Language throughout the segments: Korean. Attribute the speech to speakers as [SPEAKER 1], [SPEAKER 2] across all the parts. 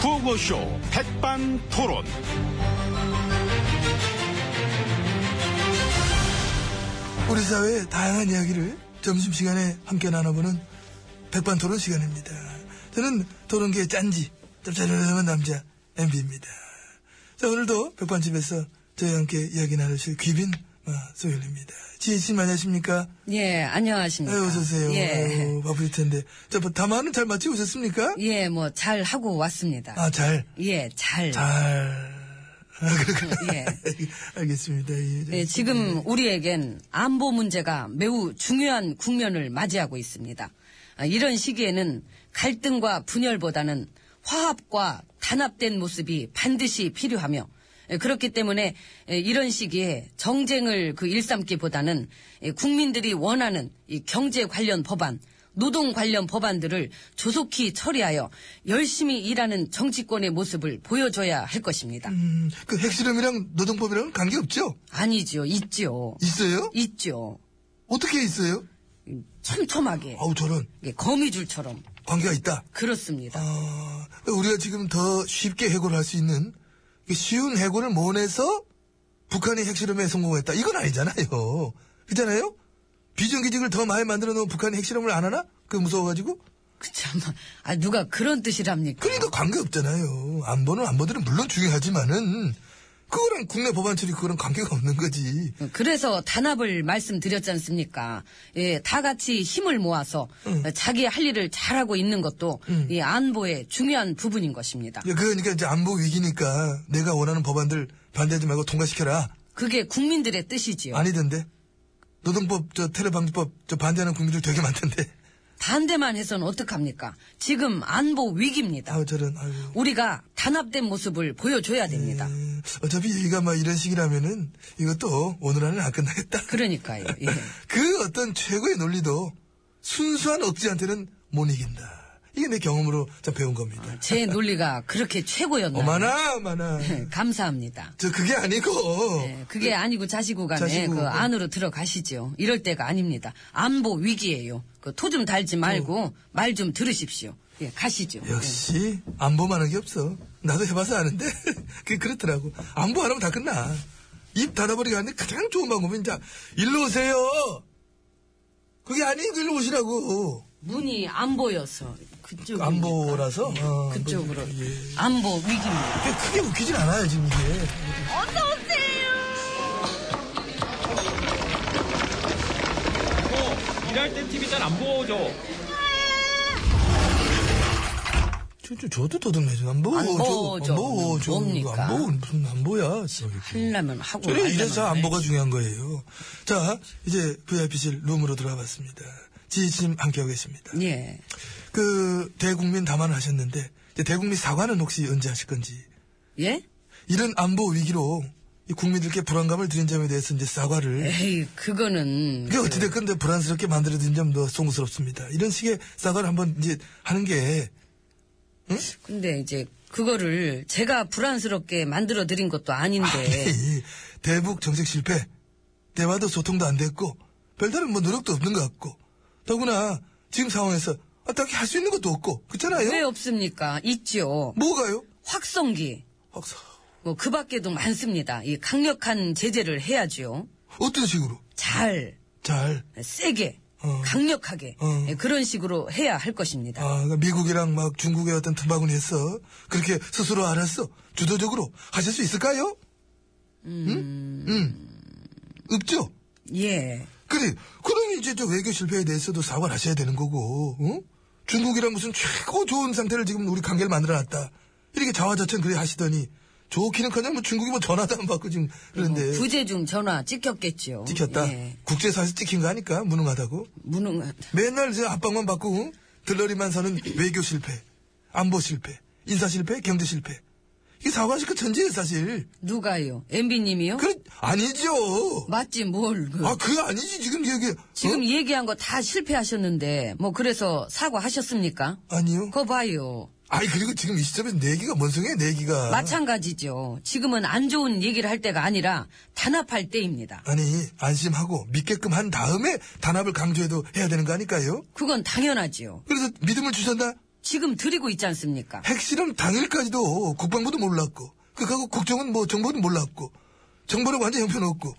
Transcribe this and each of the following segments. [SPEAKER 1] 라디오쇼 백반 토론.
[SPEAKER 2] 우리 사회의 다양한 이야기를 점심시간에 함께 나눠보는 백반토론 시간입니다. 저는 토론계의 짠지, 짭짤한 남자, MB입니다. 자, 오늘도 백반집에서 저희와 함께 이야기 나누실 귀빈 어, 소율입니다. 지혜씨님 안녕하십니까?
[SPEAKER 3] 예, 안녕하십니까.
[SPEAKER 2] 아유, 네, 어서오세요.
[SPEAKER 3] 예.
[SPEAKER 2] 아유, 바쁘실 텐데. 자, 뭐 담화는 잘 마치고 오셨습니까?
[SPEAKER 3] 예, 뭐, 잘 하고 왔습니다.
[SPEAKER 2] 아, 잘.
[SPEAKER 3] 예, 잘.
[SPEAKER 2] 잘.
[SPEAKER 3] 예.
[SPEAKER 2] 알겠습니다. 예.
[SPEAKER 3] 예, 지금 우리에겐 안보 문제가 매우 중요한 국면을 맞이하고 있습니다. 아, 이런 시기에는 갈등과 분열보다는 화합과 단합된 모습이 반드시 필요하며 예, 그렇기 때문에 예, 이런 시기에 정쟁을 그 일삼기보다는 예, 국민들이 원하는 이 경제 관련 법안, 노동 관련 법안들을 조속히 처리하여 열심히 일하는 정치권의 모습을 보여줘야 할 것입니다.
[SPEAKER 2] 음, 그 핵실험이랑 노동법이랑 관계없죠?
[SPEAKER 3] 아니지요, 있지요.
[SPEAKER 2] 있어요?
[SPEAKER 3] 예. 있죠.
[SPEAKER 2] 어떻게 있어요?
[SPEAKER 3] 촘촘하게.
[SPEAKER 2] 아우, 저런.
[SPEAKER 3] 이게 거미줄처럼.
[SPEAKER 2] 관계가 있다.
[SPEAKER 3] 그렇습니다.
[SPEAKER 2] 어, 우리가 지금 더 쉽게 해고를 할 수 있는 그 쉬운 해고를 모내서 북한이 핵실험에 성공했다. 이건 아니잖아요. 그잖아요? 비정규직을 더 많이 만들어 놓으면 북한이 핵실험을 안 하나? 그 무서워가지고?
[SPEAKER 3] 그 참, 아, 누가 그런 뜻이랍니까?
[SPEAKER 2] 그러니까 관계없잖아요. 안보는 안보들은 물론 중요하지만은 그거랑 국내 법안 처리 그거랑 관계가 없는 거지.
[SPEAKER 3] 그래서 단합을 말씀드렸지 않습니까? 예, 다 같이 힘을 모아서
[SPEAKER 2] 음.
[SPEAKER 3] 자기 할 일을 잘하고 있는 것도 이 안보의 중요한 부분인 것입니다.
[SPEAKER 2] 예, 그러니까 이제 안보 위기니까 내가 원하는 법안들 반대하지 말고 통과시켜라.
[SPEAKER 3] 그게 국민들의 뜻이지요.
[SPEAKER 2] 아니던데. 노동법, 저 테러 방지법, 저 반대하는 국민들 되게 많던데.
[SPEAKER 3] 반대만 해서는 어떡합니까? 지금 안보 위기입니다.
[SPEAKER 2] 아우, 저런, 아유.
[SPEAKER 3] 우리가 단합된 모습을 보여줘야 됩니다.
[SPEAKER 2] 음, 어차피 얘기가 막 이런 식이라면은 이것도 오늘 안은 안 끝나겠다.
[SPEAKER 3] 그러니까요. 예.
[SPEAKER 2] 그 어떤 최고의 논리도 순수한 억지한테는 못 이긴다. 이게 내 경험으로 참 배운 겁니다.
[SPEAKER 3] 제 논리가 그렇게 최고였나요? 예,
[SPEAKER 2] 어마나, 어마나.
[SPEAKER 3] 감사합니다.
[SPEAKER 2] 저 그게 아니고.
[SPEAKER 3] 예, 그게 아니고 자시고 간에
[SPEAKER 2] 어, 자시고
[SPEAKER 3] 그
[SPEAKER 2] 간.
[SPEAKER 3] 안으로 들어가시죠. 이럴 때가 아닙니다. 안보 위기예요. 그 토 좀 달지 말고 말 좀 들으십시오. 예, 가시죠.
[SPEAKER 2] 어. 역시 안보만한 게 없어. 나도 해봐서 아는데 그게 그렇더라고. 안보 안 하면 다 끝나. 입 닫아버리고 하는데 가장 좋은 방법은 이제 일로 오세요. 그게 아니고 일로 오시라고.
[SPEAKER 3] 예. 문이 안 보여서 그쪽
[SPEAKER 2] 안보라서. 어,
[SPEAKER 3] 네. 그쪽으로
[SPEAKER 2] 뭐, 예.
[SPEAKER 3] 안보 위기입니다.
[SPEAKER 2] 그게 크게 웃기진 않아요 지금 이게.
[SPEAKER 4] 어, 일할 땐 TV 잘 안 보죠.
[SPEAKER 2] 저, 저, 저도 더듬해서 안 보죠.
[SPEAKER 3] 안 보죠.
[SPEAKER 2] 안 보죠.
[SPEAKER 3] 뭡니까? 음,
[SPEAKER 2] 안 보, 무슨 안 보야.
[SPEAKER 3] 하려면 하고
[SPEAKER 2] 저는 이래서
[SPEAKER 3] 말려면
[SPEAKER 2] 안보가 중요한 거예요. 자, 이제 VIP실 룸으로 들어와 봤습니다. 지지님 함께하고 계십니다.
[SPEAKER 3] 말지. 예.
[SPEAKER 2] 그 대국민 담화는 하셨는데 이제 대국민 사과는 혹시 언제 하실 건지
[SPEAKER 3] 예?
[SPEAKER 2] 이런 안보 위기로 이 국민들께 불안감을 드린 점에 대해서 이제 사과를
[SPEAKER 3] 에이, 그거는
[SPEAKER 2] 그게 어찌됐건 이제 불안스럽게 만들어진 점도 송구스럽습니다. 이런 식의 사과를 한번 이제 하는 게
[SPEAKER 3] 근데 이제 그거를 제가 불안스럽게 만들어 드린 것도 아닌데
[SPEAKER 2] 이 대북 정책 실패, 대화도 소통도 안 됐고 별다른 뭐 노력도 없는 것 같고 더구나 지금 상황에서 아, 딱히 할 수 있는 것도 없고 그렇잖아요.
[SPEAKER 3] 왜 없습니까? 있죠.
[SPEAKER 2] 뭐가요?
[SPEAKER 3] 확성기.
[SPEAKER 2] 박사
[SPEAKER 3] 뭐 그 밖에도 많습니다. 이 강력한 제재를 해야지요.
[SPEAKER 2] 어떤 식으로
[SPEAKER 3] 잘,
[SPEAKER 2] 잘
[SPEAKER 3] 세게,
[SPEAKER 2] 어.
[SPEAKER 3] 강력하게
[SPEAKER 2] 어.
[SPEAKER 3] 예, 그런 식으로 해야 할 것입니다.
[SPEAKER 2] 아, 그러니까 미국이랑 막 중국의 어떤 틈바구니에서 그렇게 스스로 알았어. 주도적으로 하실 수 있을까요? 음. 음. 없죠?
[SPEAKER 3] 예.
[SPEAKER 2] 그래. 그럼 이제 저 외교 실패에 대해서도 사과를 하셔야 되는 거고, 응? 중국이랑 무슨 최고 좋은 상태를 지금 우리 관계를 만들어 놨다. 이렇게 자화자찬 그래 하시더니, 좋기는 커녕 뭐 중국이 뭐 전화도 안 받고 지금 그런데.
[SPEAKER 3] 뭐 부재중 전화
[SPEAKER 2] 네.
[SPEAKER 3] 찍혔겠지요.
[SPEAKER 2] 찍혔다.
[SPEAKER 3] 예.
[SPEAKER 2] 국제사에서 찍힌 거 아니까, 무능하다고.
[SPEAKER 3] 무능,
[SPEAKER 2] 맨날 저 압박만 받고 응? 들러리만 사는 외교 실패, 안보 실패, 인사 실패, 경제 실패. 이게 사과식 그 전제예요 사실.
[SPEAKER 3] 누가요? MB님이요?
[SPEAKER 2] 그 아니죠.
[SPEAKER 3] 맞지, 뭘. 그.
[SPEAKER 2] 아 그 아니지 지금 여기. 어?
[SPEAKER 3] 지금 얘기한 거 다 실패하셨는데, 뭐, 그래서 사과하셨습니까?
[SPEAKER 2] 아니요.
[SPEAKER 3] 그거 봐요.
[SPEAKER 2] 아니 그리고 지금 이 시점에서 내기가 뭔 소리야 내기가.
[SPEAKER 3] 마찬가지죠. 지금은 안 좋은 얘기를 할 때가 아니라 단합할 때입니다.
[SPEAKER 2] 아니 안심하고 믿게끔 한 다음에 단합을 강조해도 해야 되는 거 아닐까요?
[SPEAKER 3] 그건 당연하지요.
[SPEAKER 2] 그래서 믿음을 주셨나?
[SPEAKER 3] 지금 드리고 있지 않습니까?
[SPEAKER 2] 핵실험 당일까지도 국방부도 몰랐고, 그하고 국정은 뭐 정보도 몰랐고, 정보는 완전 형편없고,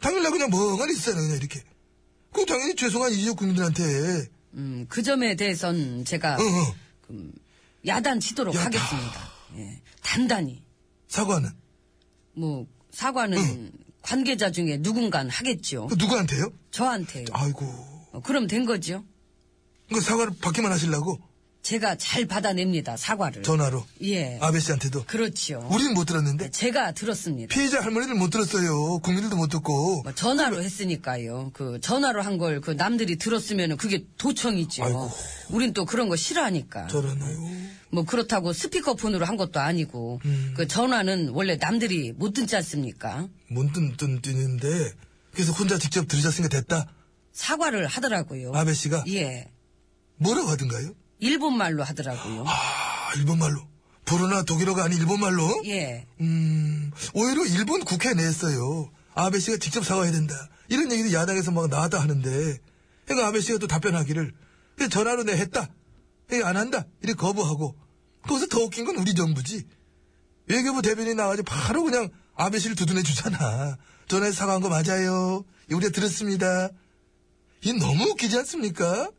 [SPEAKER 2] 당일날 그냥 멍하니 있었잖아요, 그냥 이렇게. 그 당연히 죄송한 이지역 국민들한테,
[SPEAKER 3] 음, 그 점에 대해선 제가
[SPEAKER 2] 어, 어,
[SPEAKER 3] 야단치도록
[SPEAKER 2] 야단.
[SPEAKER 3] 하겠습니다. 예, 단단히.
[SPEAKER 2] 사과는.
[SPEAKER 3] 뭐, 사과는 관계자 중에 누군간 하겠지요.
[SPEAKER 2] 그 누구한테요?
[SPEAKER 3] 저한테요.
[SPEAKER 2] 아이고.
[SPEAKER 3] 어, 그럼 된 거죠.
[SPEAKER 2] 그 사과를 받기만 하시려고?
[SPEAKER 3] 제가 잘 받아냅니다, 사과를.
[SPEAKER 2] 전화로.
[SPEAKER 3] 예.
[SPEAKER 2] 아베 씨한테도.
[SPEAKER 3] 그렇지요.
[SPEAKER 2] 우리는 못 들었는데?
[SPEAKER 3] 제가 들었습니다.
[SPEAKER 2] 피해자 할머니들 못 들었어요. 국민들도 못 듣고.
[SPEAKER 3] 뭐 전화로 했으니까요. 그 전화로 한 걸 그 남들이 들었으면 그게 도청이죠.
[SPEAKER 2] 아이고.
[SPEAKER 3] 우린 또 그런 거 싫어하니까.
[SPEAKER 2] 저러나요.
[SPEAKER 3] 뭐 그렇다고 스피커폰으로 한 것도 아니고
[SPEAKER 2] 음.
[SPEAKER 3] 그 전화는 원래 남들이 못 듣지 않습니까?
[SPEAKER 2] 문뜬뜬 뛰는데, 그래서 혼자 직접 들으셨으니까 됐다?
[SPEAKER 3] 사과를 하더라고요.
[SPEAKER 2] 아베 네. 씨가?
[SPEAKER 3] 예.
[SPEAKER 2] 뭐라고 하던가요?
[SPEAKER 3] 일본 말로 하더라고요.
[SPEAKER 2] 아, 일본말로. 불어나 독일어가 아닌 일본말로?
[SPEAKER 3] 예.
[SPEAKER 2] 음, 오히려 일본 국회 내에서요. 아베 씨가 직접 사과해야 된다. 이런 얘기도 야당에서 막 나왔다 하는데, 그러니까 아베 씨가 또 답변하기를, 그냥 전화로 내 했다. 그냥 안 한다. 이렇게 거부하고. 거기서 더 웃긴 건 우리 정부지. 외교부 대변인이 나와서 바로 그냥 아베 씨를 두둔해 주잖아. 전화해서 사과한 거 맞아요. 우리가 들었습니다. 이 너무 웃기지 않습니까?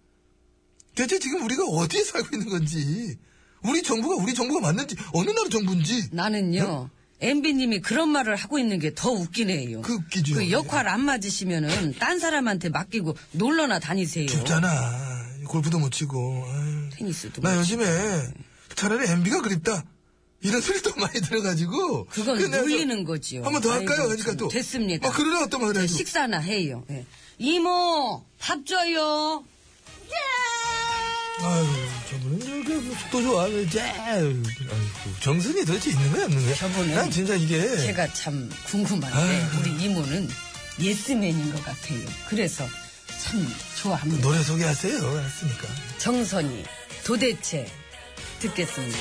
[SPEAKER 2] 대체 지금 우리가 어디에 살고 있는 건지, 우리 정부가 우리 정부가 맞는지, 어느 나라 정부인지.
[SPEAKER 3] 나는요. MB님이 그런 말을 하고 있는 게 더 웃기네요.
[SPEAKER 2] 그 웃기죠.
[SPEAKER 3] 그 역할 안 맞으시면은 딴 사람한테 맡기고 놀러나 다니세요.
[SPEAKER 2] 춥잖아. 골프도 못 치고. 아유.
[SPEAKER 3] 테니스도
[SPEAKER 2] 나
[SPEAKER 3] 못
[SPEAKER 2] 요즘에 차라리 MB가 그립다. 이런 소리 또 많이 들어가지고.
[SPEAKER 3] 그건 놀리는 거지요.
[SPEAKER 2] 한번 더 할까요?
[SPEAKER 3] 아이고,
[SPEAKER 2] 그러니까
[SPEAKER 3] 참,
[SPEAKER 2] 또.
[SPEAKER 3] 됐습니다.
[SPEAKER 2] 아, 그러나 어떤 말을
[SPEAKER 3] 저
[SPEAKER 2] 해도.
[SPEAKER 3] 식사나 해요. 예. 이모 밥 줘요. 예!
[SPEAKER 2] 아유, 저분은 여기 속도 좋아. 왜 쟤. 아이고, 정선이 도대체 있는 거야, 없는 거야?
[SPEAKER 3] 저분은
[SPEAKER 2] 난 진짜 이게.
[SPEAKER 3] 제가 참 궁금한데
[SPEAKER 2] 네. 아유.
[SPEAKER 3] 우리 이모는 예스맨인 것 같아요. 그래서 참 좋아합니다.
[SPEAKER 2] 노래 소개하세요. 알았으니까.
[SPEAKER 3] 정선이 도대체 듣겠습니다.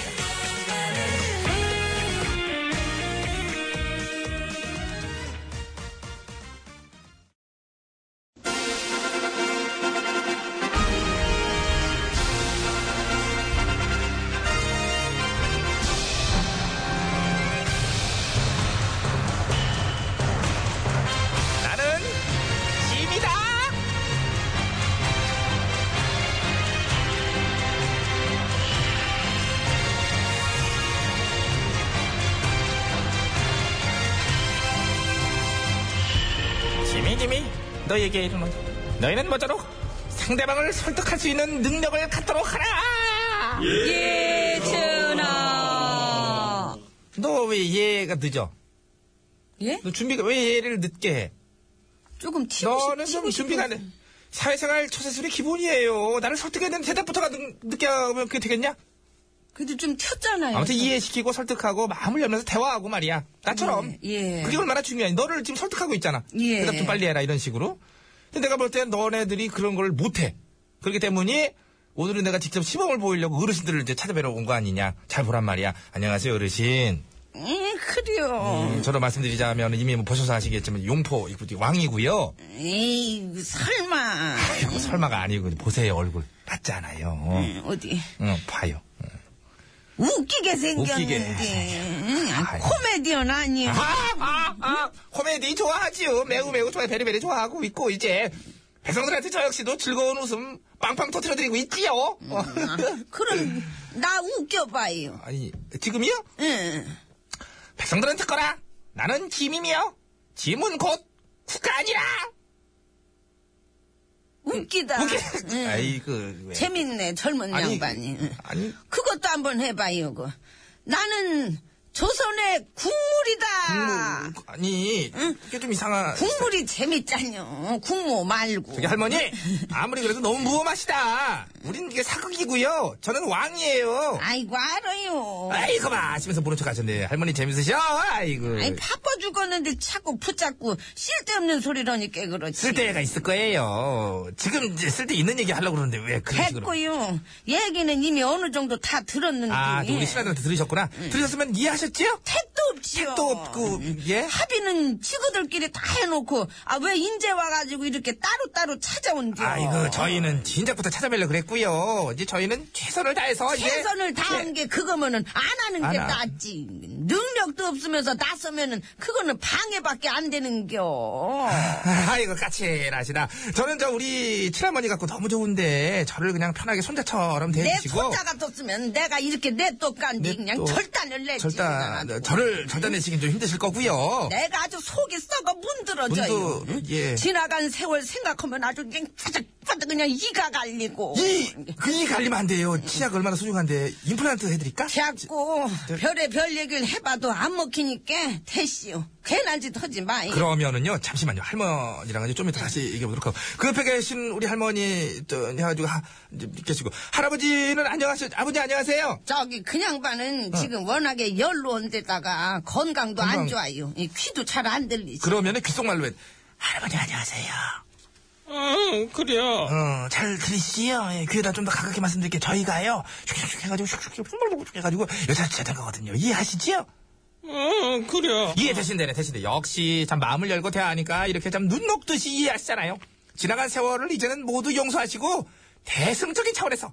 [SPEAKER 1] 나는 짐이다.
[SPEAKER 5] 지미 지미 너에게 이르노 너희는 모쪼록 상대방을 설득할 수 있는 능력을 갖도록 하라
[SPEAKER 3] 예준아.
[SPEAKER 5] 너 왜 얘가 늦어
[SPEAKER 3] 예?
[SPEAKER 5] 너 준비가 왜 얘를 늦게 해
[SPEAKER 3] 조금 튀고 싶-
[SPEAKER 5] 너는 좀
[SPEAKER 3] 튀고 싶은
[SPEAKER 5] 준비가
[SPEAKER 3] 거-
[SPEAKER 5] 안돼 사회생활 초세술이 기본이에요 나를 설득해야 되는 대답부터가 늦, 늦게 하면 그게 되겠냐
[SPEAKER 3] 음, 근데 좀 튀었잖아요. 예,
[SPEAKER 5] 아무튼 이해시키고 설득하고 마음을 열면서 대화하고 말이야 나처럼
[SPEAKER 3] 예, 예.
[SPEAKER 5] 그게 얼마나 중요해 너를 지금 설득하고 있잖아
[SPEAKER 3] 예.
[SPEAKER 5] 대답 좀 빨리 해라 이런 식으로 근데 내가 볼 땐 너네들이 그런 걸 못해 그렇기 때문에 오늘은 내가 직접 시범을 보이려고 어르신들을 이제 찾아뵈러 온 거 아니냐 잘 보란 말이야 안녕하세요 어르신
[SPEAKER 3] 음, 그래요.
[SPEAKER 5] 음, 저로 말씀드리자면 이미 뭐 보셔서 아시겠지만 용포 이분이 왕이고요
[SPEAKER 3] 에이, 설마.
[SPEAKER 5] 아이고, 설마가 아니고 보세요 얼굴 맞잖아요
[SPEAKER 3] 음, 어디.
[SPEAKER 5] 응, 봐요
[SPEAKER 3] 웃기게
[SPEAKER 5] 웃기게.
[SPEAKER 3] 음, 아,
[SPEAKER 5] 아이고.
[SPEAKER 3] 코미디언 아니에요.
[SPEAKER 5] 아, 아, 아, 코미디 좋아하지요. 매우 매우 좋아해. 베리베리 좋아하고 있고, 이제. 백성들한테 저 역시도 즐거운 웃음 빵빵 터트려드리고 있지요. 어.
[SPEAKER 3] 그럼 나 웃겨봐요.
[SPEAKER 5] 아니, 지금이요?
[SPEAKER 3] 응.
[SPEAKER 5] 백성들한테 거라. 나는 김임이요. 짐은 곧 국가 아니라.
[SPEAKER 3] 웃기다. 응.
[SPEAKER 5] 아이, 그, 왜.
[SPEAKER 3] 재밌네 젊은
[SPEAKER 5] 아니,
[SPEAKER 3] 양반이. 응.
[SPEAKER 5] 아니.
[SPEAKER 3] 그것도 한번 해봐요. 그. 나는 조선의 국물이다.
[SPEAKER 5] 국무- 아니, 그게 좀 이상한.
[SPEAKER 3] 국물. 이 재밌잖요. 국모 말고.
[SPEAKER 5] 저기 할머니, 아무리 그래도 너무 무험하시다. 우린 이게 사극이고요. 저는 왕이에요.
[SPEAKER 3] 아이고 알아요.
[SPEAKER 5] 아이고, 봐. 하시면서 모른 척 하셨네. 할머니 재밌으셔? 아이고.
[SPEAKER 3] 아이 바빠 죽었는데 자꾸 붙잡고 쓸데없는 소리라니까 그렇지.
[SPEAKER 5] 쓸데가 있을 거예요. 지금 이제 쓸데 있는 얘기 하려고 그러는데 왜 그런 식으로.
[SPEAKER 3] 했고요. 얘기는 이미 어느 정도 다 들었는데.
[SPEAKER 5] 그 아, 또 우리 신하들한테 들으셨구나. 들으셨으면 이해하셨 하셨지요?
[SPEAKER 3] 택도 없지요.
[SPEAKER 5] 또 없고
[SPEAKER 3] 음.
[SPEAKER 5] 예?
[SPEAKER 3] 합의는 지구들끼리 다 해놓고 아 왜 인제 와가지고 이렇게 따로따로 찾아온겨.
[SPEAKER 5] 아이고 저희는 진작부터 찾아뵈려 그랬고요. 이제 저희는 최선을 다해서 이제
[SPEAKER 3] 최선을 다한 게 그거면은 안 하는 게
[SPEAKER 5] 예. 안 하-
[SPEAKER 3] 낫지. 능력도 없으면서 나서면은 그거는 방해밖에 안 되는겨.
[SPEAKER 5] 아이고 까칠하시다. 저는 저 우리 친할머니 갖고 너무 좋은데 저를 그냥 편하게 손자처럼
[SPEAKER 3] 내
[SPEAKER 5] 대해주시고
[SPEAKER 3] 손자가 떴으면 내가 이렇게 내 똑간지
[SPEAKER 5] 내
[SPEAKER 3] 그냥
[SPEAKER 5] 똑.
[SPEAKER 3] 절단을 내지.
[SPEAKER 5] 절단
[SPEAKER 3] 그래가지고.
[SPEAKER 5] 저를 절단내시긴 좀 힘드실 거고요.
[SPEAKER 3] 내가 아주 속이 썩어 문드러져요.
[SPEAKER 5] 문도 예.
[SPEAKER 3] 지나간 세월 생각하면 아주 그냥 짜득짜득 그냥 이가 갈리고.
[SPEAKER 5] 이그이 갈리면 안 돼요. 치약 얼마나 소중한데 임플란트 해드릴까?
[SPEAKER 3] 자꾸
[SPEAKER 5] 저-
[SPEAKER 3] 별의 별 얘기를 해봐도 안 먹히니까 대시오. 괜한 짓 하지 마.
[SPEAKER 5] 그러면은요, 잠시만요. 할머니랑 이제 좀 이따 다시 얘기해보도록 하고. 그 옆에 계신 우리 할머니, 저, 해가지고, 하, 이제 계시고. 할아버지는 안녕하세요. 아버지 안녕하세요.
[SPEAKER 3] 저기 그냥 반은 지금 워낙에 열로 온 데다가 건강도
[SPEAKER 5] 어. 건강.
[SPEAKER 3] 안 좋아요. 이 귀도 잘 안 들리지.
[SPEAKER 5] 그러면은 귓속말로 해. 할아버지 안녕하세요.
[SPEAKER 4] 응, 그래요.
[SPEAKER 5] 어, 잘 들리시죠? 예, 귀에다 좀 더 가깝게 말씀드릴게요. 저희가요, 슉슉슉 해가지고, 슉슉슉, 흉물복죽 해가지고, 여자 주차된 거거든요. 이해하시죠?
[SPEAKER 4] 응, 그래요.
[SPEAKER 5] 이해되신다네, 대신데. 역시, 참, 마음을 열고 대하니까, 이렇게 참, 눈 녹듯이 이해하시잖아요. 지나간 세월을 이제는 모두 용서하시고, 대승적인 차원에서, 어?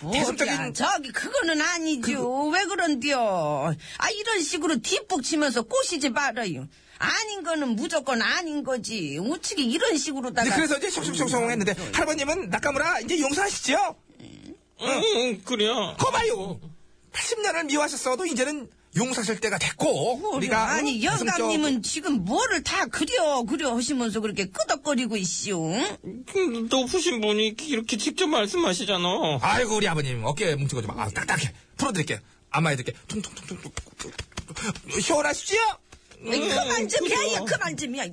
[SPEAKER 3] 뭐 어디야,
[SPEAKER 5] 대승적인
[SPEAKER 3] 저기 그거는 아니죠. 왜 그런디요? 아 이런 식으로 뒷북 치면서 꼬시지 말아요. 아닌 거는 무조건 아닌 거지. 우측이 이런 식으로다가
[SPEAKER 5] 이제 그래서 이제 쇽쇽쇽쇽 했는데
[SPEAKER 3] 음,
[SPEAKER 5] 할아버님은 나카무라 이제 용서하시죠?
[SPEAKER 4] 응, 그래요.
[SPEAKER 5] 거봐요. 80년을 미워하셨어도 이제는 용서하실 때가 됐고 우리가 어?
[SPEAKER 3] 아니
[SPEAKER 5] 응?
[SPEAKER 3] 영감님은 지금 뭐를 다 그려 그려 하시면서 그렇게 끄덕거리고 있시오.
[SPEAKER 4] 그 높으신 분이 이렇게 직접 말씀하시잖아.
[SPEAKER 5] 대승적- 아이고 우리 아버님 어깨 뭉치고 좀 아, 딱딱해 풀어드릴게 안마 해드릴게 퉁퉁퉁퉁 시원하십시오.
[SPEAKER 3] 아이, 그만 좀
[SPEAKER 4] 그래요.
[SPEAKER 3] 해요. 그만 좀 해. 야, 이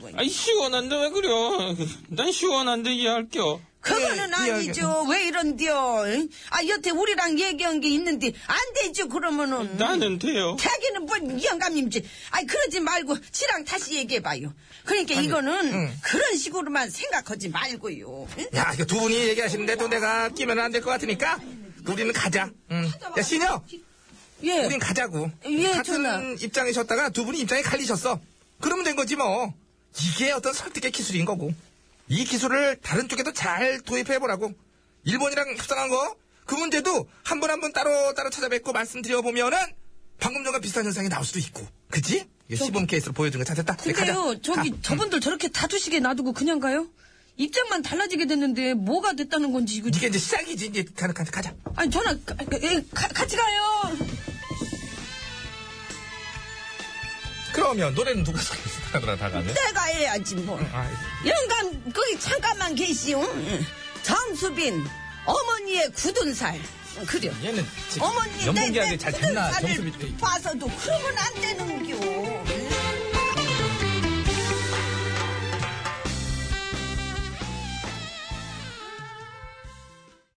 [SPEAKER 3] 뭐.
[SPEAKER 4] 아이, 시원한데 왜 그래요? 난 시원한데 이해할게요.
[SPEAKER 3] 그거는
[SPEAKER 5] 예,
[SPEAKER 3] 아니죠. 왜 이런디요? 응? 아 여태 우리랑 얘기한 게 있는데 안 되죠. 그러면은
[SPEAKER 4] 나는 돼요.
[SPEAKER 3] 자기는 뭔 영감님지. 아니 그러지 말고 지랑 다시 얘기해봐요. 그러니까 이거는 그런 식으로만 생각하지 말고요. 응?
[SPEAKER 5] 야 이거 두 분이 얘기하시는데 또 내가 끼면 안 될 것 같으니까 우리는 가자. 응. 야 신여
[SPEAKER 6] 예.
[SPEAKER 5] 우린 가자고.
[SPEAKER 6] 예,
[SPEAKER 5] 같은
[SPEAKER 6] 전하.
[SPEAKER 5] 입장이셨다가 두 분이 입장이 갈리셨어. 그러면 된 거지 뭐. 이게 어떤 설득의 기술인 거고. 이 기술을 다른 쪽에도 잘 도입해보라고. 일본이랑 협상한 거, 그 문제도 한 번 한 번 따로 따로 찾아뵙고 말씀드려보면은 방금 전과 비슷한 현상이 나올 수도 있고. 그지? 이게 시범 케이스로 보여준 거 찾았다. 이제
[SPEAKER 6] 근데요,
[SPEAKER 5] 가자.
[SPEAKER 6] 저기
[SPEAKER 5] 가.
[SPEAKER 6] 저분들 저렇게 다투시게 놔두고 그냥 가요? 입장만 달라지게 됐는데 뭐가 됐다는 건지 이거.
[SPEAKER 5] 이게 이제 시작이지. 이제 가, 가, 가자.
[SPEAKER 6] 아니 저는 가- 에, 가- 같이 가요.
[SPEAKER 5] 그러면 노래는 누가 하더라 다 가면.
[SPEAKER 3] 내가 해야지 뭐.
[SPEAKER 5] 아,
[SPEAKER 3] 영감 거기 잠깐만 계시오. 응. 정수빈 어머니의 굳은 살. 응, 그래.
[SPEAKER 5] 얘는
[SPEAKER 3] 어머니
[SPEAKER 5] 연봉계약이
[SPEAKER 3] 내-
[SPEAKER 5] 잘
[SPEAKER 3] 내 굳은
[SPEAKER 5] 됐나?
[SPEAKER 3] 살을
[SPEAKER 5] 정수빈.
[SPEAKER 3] 봐서도 그러면 안 되는겨.